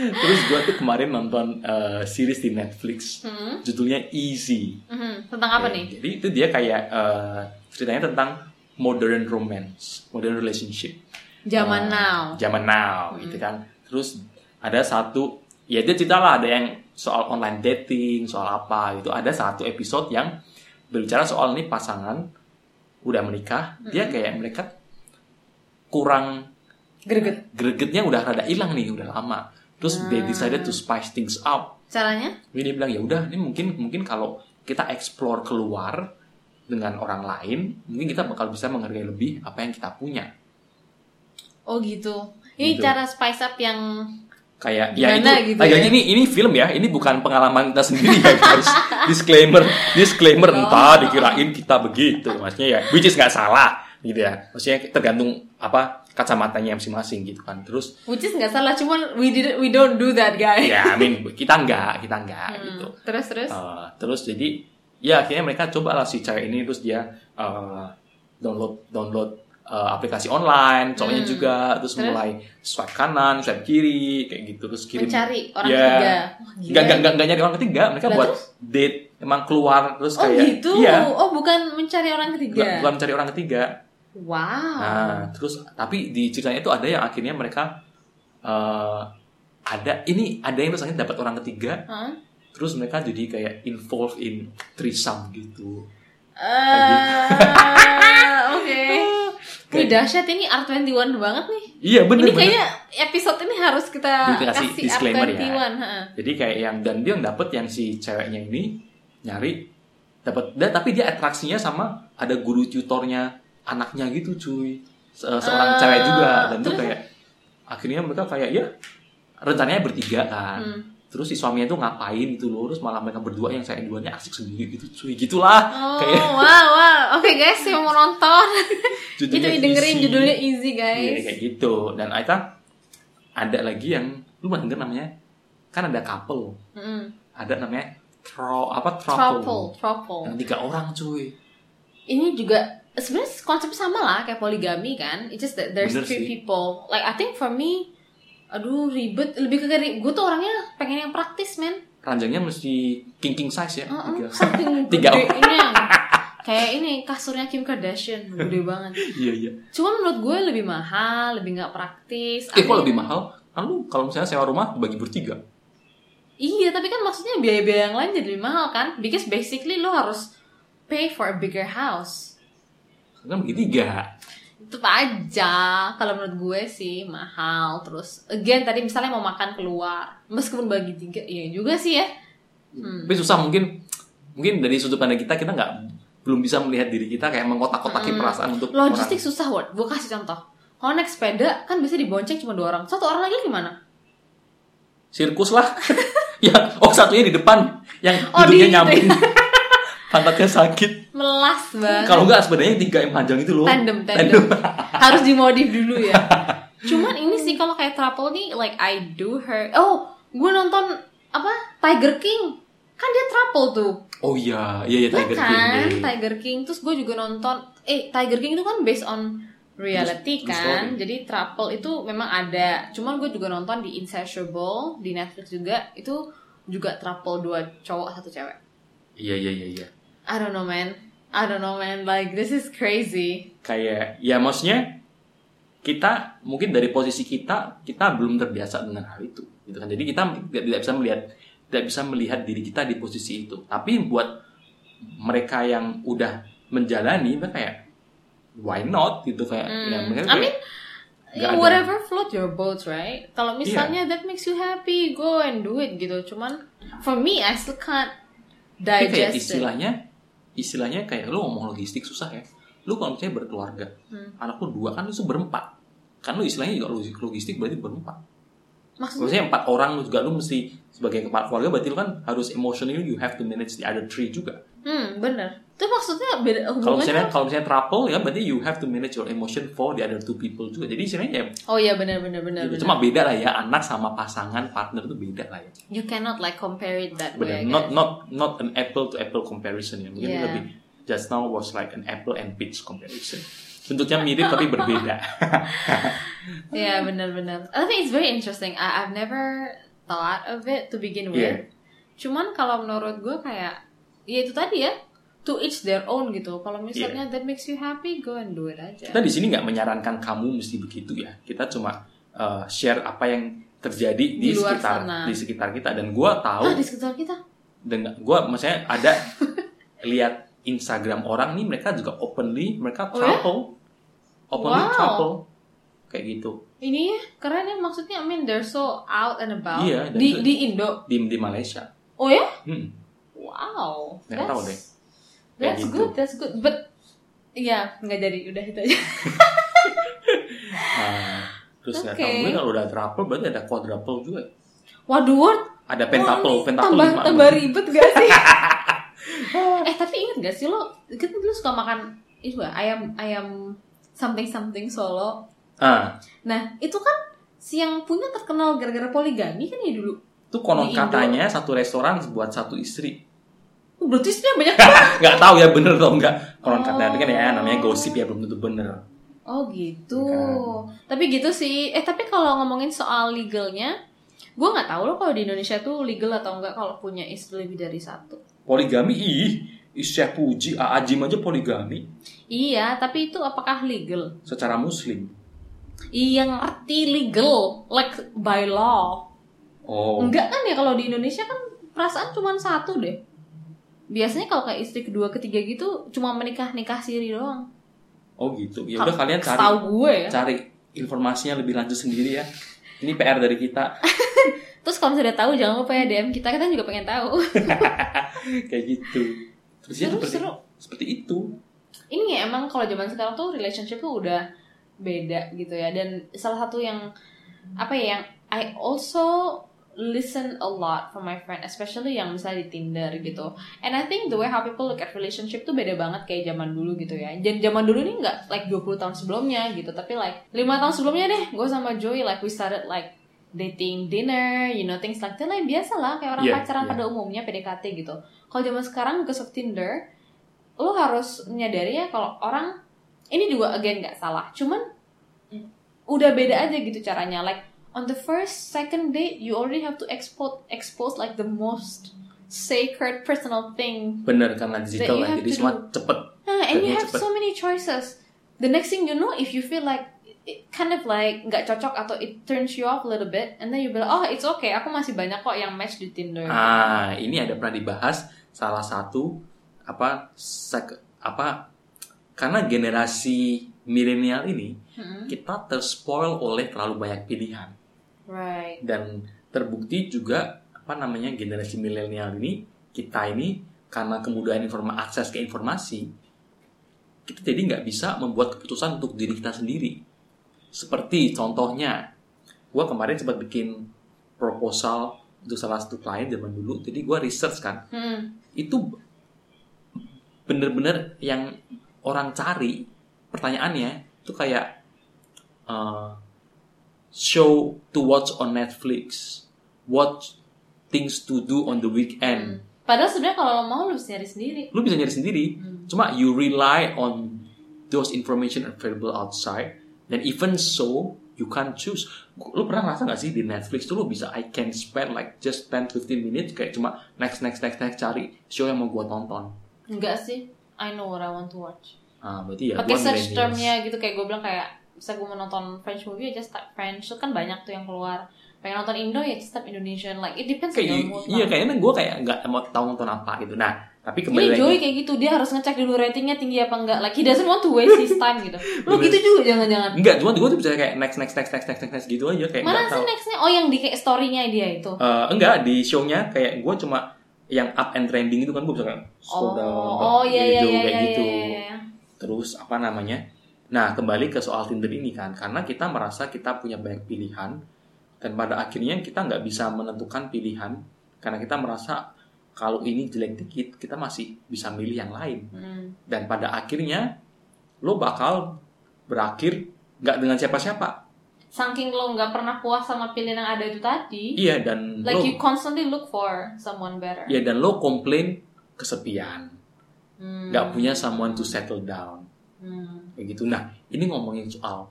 S1: Terus gua tuh kemarin nonton eh, series di Netflix, judulnya Easy.
S2: Mhm, Tentang Hmm. apa nih?
S1: Jadi itu dia kayak eh, ceritanya tentang modern romance, modern relationship.
S2: Zaman
S1: Eh,
S2: now. Hmm.
S1: Zaman now, gitu kan. Terus ada satu, ya dia cerita lah ada yang soal online dating, soal apa gitu. Ada satu episode yang berbicara soal nih pasangan udah menikah, dia
S2: Hmm.
S1: kayak mereka kurang
S2: Greget.
S1: gregetnya udah rada hilang nih, udah lama. Terus
S2: Ah.
S1: they decided to spice things up
S2: Caranya?
S1: jadi dia bilang ya udah ini mungkin mungkin kalau kita explore keluar dengan orang lain, mungkin kita bakal bisa menghargai lebih apa yang kita punya.
S2: Oh gitu. Ini
S1: Gitu.
S2: cara spice up yang
S1: Kayak ya
S2: Gimana
S1: itu
S2: gitu
S1: kayaknya
S2: ya?
S1: ini ini film ya, ini bukan pengalaman kita sendiri ya guys. disclaimer, disclaimer entah dikirain kita begitu maksudnya ya, which is nggak salah gitu ya. Maksudnya tergantung apa kacamatanya masing-masing gitu kan. Terus
S2: which is nggak salah, cuman we did we don't do that guys.
S1: ya, I mean kita nggak, kita nggak
S2: Hmm.
S1: gitu.
S2: Terus terus.
S1: Uh, terus jadi ya akhirnya mereka cobalah si cewek ini terus dia uh, download download uh, aplikasi online cowoknya
S2: Hmm.
S1: juga terus,
S2: Terus?
S1: mulai swipe kanan swipe kiri kayak gitu terus kirim
S2: Mencari orang
S1: Ya.
S2: ketiga. Wah, gila.
S1: nggak nggak nggak nggak nyari orang ketiga mereka
S2: Iya. Lah,
S1: buat
S2: terus?
S1: date emang keluar terus
S2: Oh
S1: kayak
S2: gitu.
S1: iya
S2: Oh bukan mencari orang
S1: bukan,
S2: ketiga.
S1: bukan mencari orang ketiga
S2: Wow.
S1: Nah, terus tapi di ceritanya itu ada yang akhirnya mereka eh, ada ini ada yang terus akhirnya dapat orang ketiga,
S2: Hah?
S1: terus mereka jadi kayak involved in threesome gitu.
S2: Eh, Oke. Ini
S1: Kayak-
S2: dahsyat ini R21 banget nih.
S1: Iya bener
S2: ini
S1: bener.
S2: kayaknya episode ini harus kita
S1: Kita kasih
S2: kasih,
S1: disclaimer ya.
S2: R21. heeh.
S1: Jadi kayak yang dan dia yang dapat yang si ceweknya ini nyari dapat dan tapi dia atraksinya sama ada guru tutornya anaknya gitu cuy Se- seorang
S2: Ah,
S1: cewek juga dan tuh
S2: terus?
S1: kayak akhirnya mereka kayak ya rencananya bertiga kan
S2: Hmm.
S1: terus si suaminya tuh ngapain gitu loh terus malah mereka berdua yang saya duanya asik sendiri gitu cuy gitulah
S2: Oh,
S1: Kayak-
S2: wow, wow. Oke guys, yang mau nonton itu
S1: Judulnya
S2: dengerin
S1: Easy.
S2: judulnya Easy
S1: Iya,
S2: guys.
S1: kayak gitu dan Aita ada lagi yang lu mah denger namanya kan ada couple
S2: Mm.
S1: ada namanya tro apa
S2: Trouble,
S1: trouble Iya.
S2: trouble.
S1: yang tiga orang cuy
S2: Ini juga sebenarnya konsep sama lah kayak poligami kan. It's just that there's
S1: Bener sih.
S2: three people. Like I think for me, aduh ribet. Lebih ke gue tuh orangnya pengen yang praktis men.
S1: ranjangnya mesti king king size ya
S2: Heeh,
S1: tiga.
S2: saking
S1: Tiga
S2: gede ini yang kayak ini kasurnya Kim Kardashian gede banget.
S1: iya iya
S2: Cuman menurut gue lebih mahal, lebih nggak
S1: eh
S2: praktis.
S1: kok
S2: Akhirnya-
S1: lebih mahal kan lu kalau misalnya sewa rumah bagi bertiga
S2: Iya, tapi kan maksudnya biaya-biaya yang lain jadi lebih mahal kan? Because basically lo harus pay for a bigger house.
S1: kan bagi tiga
S2: Tetep aja, kalau menurut gue sih mahal. Terus, again tadi misalnya mau makan keluar, meskipun bagi tiga, iya juga sih ya. Hmm.
S1: tapi susah mungkin mungkin dari sudut pandang kita kita nggak belum bisa melihat diri kita kayak mengkotak-kotakin perasaan untuk
S2: Hmm. Logistik susah, Word. Gue kasih contoh. Kalau naik sepeda kan bisa dibonceng cuma dua orang. Satu orang lagi gimana?
S1: orang. sirkus lah ya oh satunya di depan yang
S2: Oh, di
S1: duduknya
S2: itu
S1: nyambung
S2: ya.
S1: pantatnya sakit
S2: Melas banget.
S1: Kalau enggak sepedanya tiga yang panjang itu loh.
S2: tandem tandem harus dimodif dulu ya cuman ini sih kalau kayak trouble nih like I do her oh gue nonton apa Tiger King kan dia trouble tuh
S1: Oh iya, iya iya
S2: Ya
S1: Tiger King.
S2: kan
S1: iya.
S2: Tiger King terus gue juga nonton eh Tiger King itu kan based on reality
S1: True
S2: kan
S1: story.
S2: jadi trouble itu memang ada cuman gue juga nonton di Insatiable di Netflix juga itu juga trouble dua cowok satu cewek
S1: Iya iya iya iya.
S2: I don't know man I don't know man like this is crazy
S1: Kayak ya maksudnya kita mungkin dari posisi kita kita belum terbiasa dengan hal itu gitu kan. Jadi kita tidak, tidak bisa melihat tidak bisa melihat diri kita di posisi itu. Tapi buat mereka yang udah menjalani mereka kayak why not gitu kayak
S2: Hmm.
S1: ya, mereka kayak,
S2: I mean,
S1: nggak
S2: Yeah,
S1: ada- Iya.
S2: whatever float your boat, right? Kalau misalnya that makes you happy, go and do it gitu. Cuman for me, I still can't
S1: Tapi kayak
S2: digest it.
S1: istilahnya istilahnya kayak lu ngomong logistik susah ya lu kalau misalnya berkeluarga
S2: Hmm.
S1: anak lu dua kan lu tuh berempat kan lu istilahnya juga logis- logistik berarti berempat
S2: Maksudnya,
S1: maksudnya empat orang lu juga lu mesti sebagai kepala keluarga berarti lu kan harus emotionally you have to manage the other three juga
S2: hmm, bener. Itu maksudnya beda
S1: kalau
S2: hubungannya.
S1: misalnya kalau misalnya trouble ya berarti you have to manage your emotion for the other two people juga jadi istilahnya ya
S2: Oh iya, bener, bener, bener.
S1: gitu.
S2: bener.
S1: cuma beda lah ya anak sama pasangan partner tuh beda lah ya
S2: you cannot like compare it that
S1: benar
S2: way. I
S1: not
S2: guess.
S1: not not an apple to apple comparison ya mungkin
S2: Yeah.
S1: lebih just now was like an apple and peach comparison bentuknya mirip tapi berbeda
S2: Yeah, bener, bener. I think it's very interesting. I, I've never thought of it to begin with.
S1: Yeah.
S2: Cuman kalau menurut gue kayak, ya itu tadi ya. To each their own gitu. Kalau misalnya that makes you happy, go and do it aja.
S1: kita di sini nggak menyarankan kamu mesti begitu ya kita cuma uh, share apa yang terjadi di,
S2: Di luar
S1: sekitar
S2: sana.
S1: di sekitar kita dan gua
S2: Ah,
S1: tahu
S2: di sekitar kita.
S1: dengan gua maksudnya ada lihat Instagram orang nih mereka juga openly mereka
S2: Oh ya?
S1: couple openly
S2: Wow.
S1: couple kayak gitu
S2: Ini ya, keren ya maksudnya. I mean, they're so out and about.
S1: Iya, dan
S2: di
S1: itu-
S2: di Indo.
S1: di di Malaysia
S2: Oh ya?
S1: Hmm.
S2: Wow.
S1: Nggak tahu deh. Kayak
S2: That's
S1: gitu.
S2: good. That's good. But Iya, nggak jadi. Udah itu aja.
S1: Nah, terus nggak tahu
S2: Oke.
S1: mungkin kalau udah triple berarti ada quadruple juga ya?"
S2: Waduh, Word.
S1: ada pentaple
S2: Wah, ini
S1: pentaple
S2: Oh, tambah,
S1: lima.
S2: tambah ribet gak sih? eh, tapi inget gak sih lo? Kita dulu suka makan itu gak? Ayam, ayam something-something solo.
S1: ah
S2: Nah, itu kan si yang punya terkenal gara-gara poligami kan ya dulu.
S1: itu konon
S2: Di Indo.
S1: katanya satu restoran buat satu istri
S2: Oh, Berarti istrinya banyak banget.
S1: nggak tahu ya bener atau enggak konon
S2: Oh.
S1: katanya kan ya namanya gosip ya belum tentu bener
S2: Oh gitu.
S1: Iya Bukan.
S2: Tapi gitu sih. Eh tapi kalau ngomongin soal legalnya, gue nggak tahu loh kalau di Indonesia tuh legal atau enggak kalau punya istri lebih dari satu.
S1: poligami ih Syekh Puji, Aajim aja poligami
S2: Iya, tapi itu apakah legal?
S1: secara muslim.
S2: Iya ngerti legal, like by law.
S1: Oh,
S2: Enggak kan ya kalau di Indonesia kan perasaan cuma satu deh. Biasanya kalau kayak istri kedua ketiga gitu cuma menikah nikah siri doang.
S1: oh gitu. Ya udah kalian cari
S2: Tahu gue ya.
S1: cari informasinya lebih lanjut sendiri ya. Ini PR dari kita
S2: Terus kalau sudah tahu jangan lupa ya DM kita, kita juga pengen tahu.
S1: kayak gitu. Terus ya
S2: Seru,
S1: seperti,
S2: seru.
S1: seperti itu.
S2: Ini ya emang kalau zaman sekarang tuh relationship tuh udah beda gitu ya. Dan salah satu yang apa ya yang I also listen a lot from my friend, especially yang misalnya di Tinder gitu. And I think the way how people look at relationship tuh beda banget kayak zaman dulu gitu ya. Dan zaman dulu nih nggak like 20 tahun sebelumnya gitu, tapi like 5 tahun sebelumnya deh, gue sama Joey like we started like dating dinner, you know things like that. Like biasa lah kayak orang
S1: Yeah,
S2: pacaran
S1: yeah.
S2: pada umumnya PDKT gitu. Kalau zaman sekarang because of Tinder, lo harus menyadari ya kalau orang ini juga again nggak salah, cuman udah beda aja gitu caranya. Like on the first second date you already have to expose expose like the most sacred personal thing
S1: Bener karena digital ya,
S2: you have
S1: jadi
S2: to
S1: semua
S2: do.
S1: cepet.
S2: Nah, and you
S1: Betul,
S2: have
S1: cepet.
S2: so many choices the next thing you know if you feel like it kind of like nggak cocok atau it turns you off a little bit and then you be like oh it's okay aku masih banyak kok yang match di Tinder
S1: Ah, ini ada pernah dibahas salah satu apa sek- apa karena generasi milenial ini
S2: Mm-mm.
S1: kita terspoil oleh terlalu banyak pilihan
S2: right
S1: dan terbukti juga apa namanya generasi milenial ini kita ini karena kemudahan informa akses ke informasi kita jadi nggak bisa membuat keputusan untuk diri kita sendiri seperti contohnya gua kemarin sempat bikin proposal untuk salah satu klien zaman dulu jadi gua research kan
S2: Hmm.
S1: itu bener-bener yang orang cari pertanyaannya itu kayak uh, show to watch on Netflix, what things to do on the weekend.
S2: padahal sebenarnya kalau lo mau lo bisa nyari sendiri
S1: Lu bisa nyari sendiri, cuma you rely on those information available outside. Dan even so, you can't choose. Lu pernah ngerasa gak sih di Netflix tuh lu bisa I can spend like just 10-15 minutes kayak cuma next next next next cari show yang mau gua tonton.
S2: enggak sih I know what I want to watch
S1: Ah, berarti ya
S2: pakai
S1: gua
S2: search
S1: millennials.
S2: termnya gitu kayak gue bilang kayak bisa gue menonton French movie aja start French itu kan banyak tuh yang keluar pengen nonton Indo ya just start Indonesian like it depends on
S1: Kayak,
S2: your mood
S1: iya
S2: lah.
S1: kayaknya gue kayak nggak mau tahu nonton apa gitu. Nah, tapi kembali
S2: ini
S1: lagi.
S2: Joey kayak gitu dia harus ngecek dulu ratingnya tinggi apa enggak like he doesn't want to waste his time gitu lo
S1: Bener.
S2: gitu juga jangan-jangan
S1: Enggak, cuma gue tuh bisa kayak next next next next next next next gitu aja kayak
S2: mana
S1: nggak
S2: sih
S1: tahu.
S2: nextnya oh yang di kayak storynya dia itu
S1: Eh, enggak di show-nya kayak gue cuma yang up and trending itu kan gue bisa kayak
S2: oh
S1: scroll down,
S2: oh iya iya
S1: gitu,
S2: iya
S1: kayak
S2: iya
S1: gitu.
S2: iya, iya.
S1: terus apa namanya nah kembali ke soal Tinder ini kan karena kita merasa kita punya banyak pilihan dan pada akhirnya kita nggak bisa menentukan pilihan karena kita merasa kalau ini jelek dikit kita masih bisa milih yang lain
S2: Hmm.
S1: dan pada akhirnya lo bakal berakhir nggak dengan siapa-siapa
S2: saking lo nggak pernah puas sama pilihan yang ada itu tadi
S1: iya dan
S2: like
S1: lo
S2: you constantly look for someone better
S1: iya dan lo komplain kesepian
S2: Hmm.
S1: nggak punya someone to settle down
S2: Hmm.
S1: kayak gitu nah ini ngomongin soal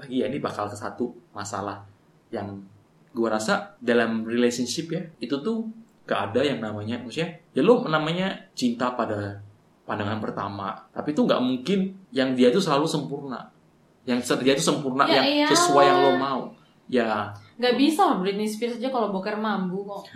S1: lagi ya ini bakal ke satu masalah yang gua rasa dalam relationship ya itu tuh gak ada yang namanya maksudnya ya lo namanya cinta pada pandangan pertama tapi itu nggak mungkin yang dia tuh selalu sempurna yang se- dia tuh sempurna
S2: Ya
S1: yang
S2: iyalah.
S1: sesuai yang lo mau ya
S2: Gak bisa lah Britney Spears aja kalau boker mambu kok.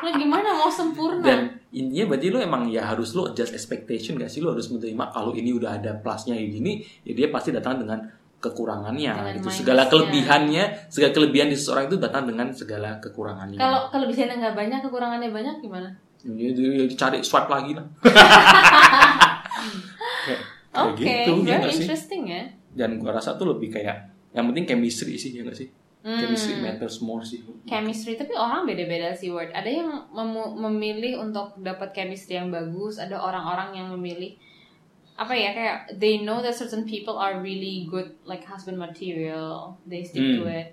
S2: Lah gimana mau sempurna?
S1: dan intinya berarti lo emang ya harus lo adjust expectation gak sih lo harus menerima kalau ini udah ada plusnya kayak gini ya dia pasti datang dengan kekurangannya
S2: Dengan
S1: gitu
S2: minusnya.
S1: segala kelebihannya segala kelebihan di seseorang itu datang dengan segala kekurangannya
S2: kalau kelebihannya nggak banyak, kekurangannya banyak gimana?
S1: Ya, ya, ya, cari swipe lagi lah kayak, kayak
S2: Oke,
S1: gitu ya
S2: very
S1: nggak sih
S2: interesting ya.
S1: dan gua rasa tuh lebih kayak yang penting chemistry sih ya nggak sih
S2: Hmm.
S1: chemistry matters more sih
S2: Chemistry, tapi orang beda-beda sih word. Ada yang memu- memilih untuk dapat chemistry yang bagus, ada orang-orang yang memilih apa ya kayak they know that certain people are really good like husband material, they stick to
S1: Hmm.
S2: it.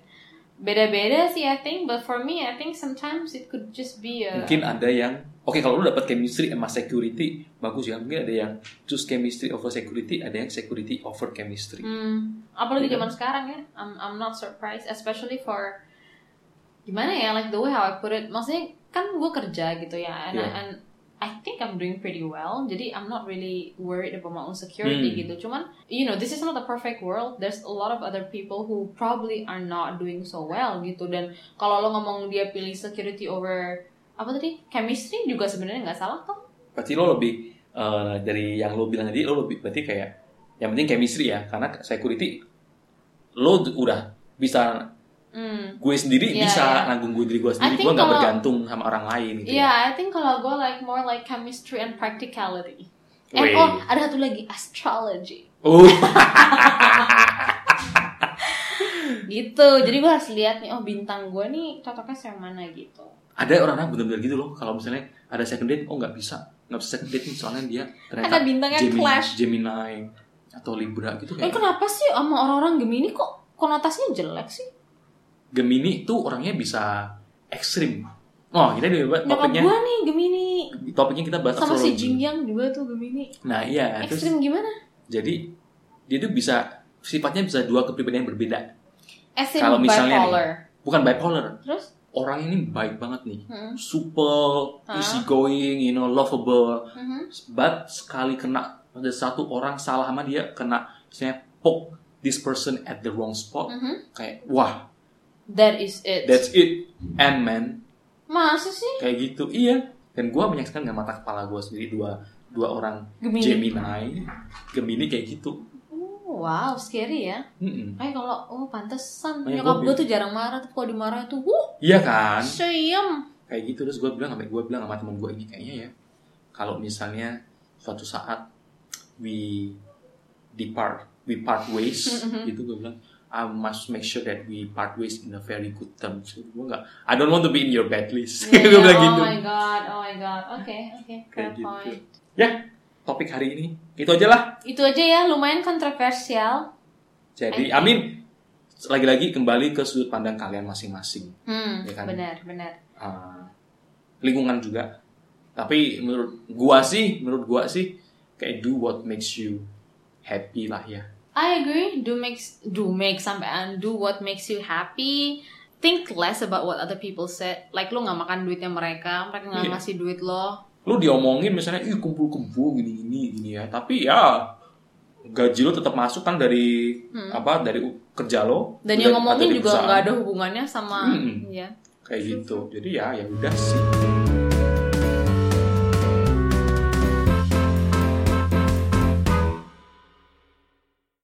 S2: Beda-beda sih I think, but for me I think sometimes it could just be a
S1: mungkin ada yang oke kalau lu dapat chemistry emang security bagus ya mungkin ada yang choose chemistry over security ada yang security over chemistry
S2: Hmm, apalagi
S1: Iya.
S2: zaman sekarang ya. I'm I'm not surprised, especially for gimana ya, like the way how I put it. Maksudnya kan gue kerja gitu ya, and, I-
S1: Iya.
S2: and I think I'm doing pretty well. Jadi I'm not really worried about my own security
S1: Hmm.
S2: gitu. Cuman you know this is not the perfect world. There's a lot of other people who probably are not doing so well gitu. Dan kalau lo ngomong dia pilih security over apa tadi chemistry juga sebenarnya nggak salah kan?
S1: berarti lo lebih eh, dari yang lo bilang tadi lo lebih berarti kayak yang penting chemistry ya karena security lo d- udah bisa
S2: Hmm.
S1: gue sendiri
S2: Iya,
S1: bisa
S2: iya.
S1: nanggung gue diri gue sendiri
S2: think
S1: gue nggak
S2: kalau- Iya.
S1: bergantung sama orang lain gitu ya.
S2: Yeah, I think kalau gue like more like chemistry and practicality.
S1: Wih.
S2: And oh ada satu lagi astrology.
S1: Oh,
S2: gitu jadi gue harus lihat nih oh bintang gue nih cocoknya sama mana gitu
S1: ada orang-orang bener-bener gitu loh kalau misalnya ada second date oh nggak bisa nggak bisa second date nih, soalnya dia ternyata
S2: Ada bintang yang
S1: Gemini,
S2: clash.
S1: Gemini atau Libra gitu
S2: eh
S1: kayak
S2: kenapa sih sama orang-orang gemini kok konotasinya jelek sih
S1: Gemini tuh orangnya bisa ekstrim oh kita di
S2: nyokap
S1: topiknya
S2: gue nih gemini
S1: topiknya kita bahas
S2: sama si
S1: astrologi.
S2: Jin Yang juga tuh gemini
S1: nah iya terus
S2: ekstrim gimana
S1: Jadi dia tuh bisa sifatnya bisa dua kepribadian yang berbeda.
S2: as in
S1: Kalau misalnya nih.
S2: bipolar
S1: Bukan bipolar.
S2: terus
S1: Orang ini baik banget nih.
S2: hmm,
S1: Super,
S2: Hah?
S1: easy going, you know, lovable.
S2: mhm.
S1: But sekali kena ada satu orang salah sama dia kena misalnya poke this person at the wrong spot.
S2: Mhm.
S1: Kayak wah,
S2: that is it
S1: that's it. And man,
S2: masa sih
S1: kayak gitu. Iya. Dan gua menyaksikan dengan mata kepala gua sendiri dua dua orang
S2: gemini
S1: Gemini, Gemini kayak gitu.
S2: Oh, wow scary ya
S1: Mm-mm.
S2: eh kalau oh pantesan
S1: Makanya
S2: nyokap
S1: gua
S2: gue tuh jarang marah tapi kalau dimarah tuh wuh
S1: Iya kan?
S2: seyem
S1: kayak gitu terus gue bilang sampai gue bilang sama temen gue ini kayaknya ya kalau misalnya suatu saat we depart we part ways
S2: Mhm.
S1: gitu gue bilang I must make sure that we part ways in a very good terms gue nggak I don't want to be in your bad list
S2: Iya,
S1: gue bilang
S2: oh
S1: gitu
S2: my god oh my god oke oke
S1: Kayak
S2: fair
S1: gitu.
S2: point
S1: ya topik hari ini itu aja lah
S2: itu aja ya lumayan kontroversial
S1: jadi amin lagi-lagi kembali ke sudut pandang kalian masing-masing
S2: hmm,
S1: Ya kan?
S2: benar benar
S1: uh, lingkungan juga. Tapi menurut gua sih, menurut gua sih kayak do what makes you happy lah ya.
S2: I agree do makes do make sampai do what makes you happy think less about what other people said like lo nggak makan duitnya mereka mereka nggak
S1: Iya.
S2: ngasih duit lo
S1: Lu diomongin misalnya ih kumpul kebo gini gini gini ya, tapi ya gaji lu tetap masuk kan dari
S2: Hmm.
S1: apa dari u- kerja lo
S2: dan
S1: udah
S2: yang ngomongin
S1: di
S2: juga
S1: perusahaan.
S2: nggak ada hubungannya sama
S1: Hmm.
S2: ya
S1: kayak gitu jadi ya ya udah sih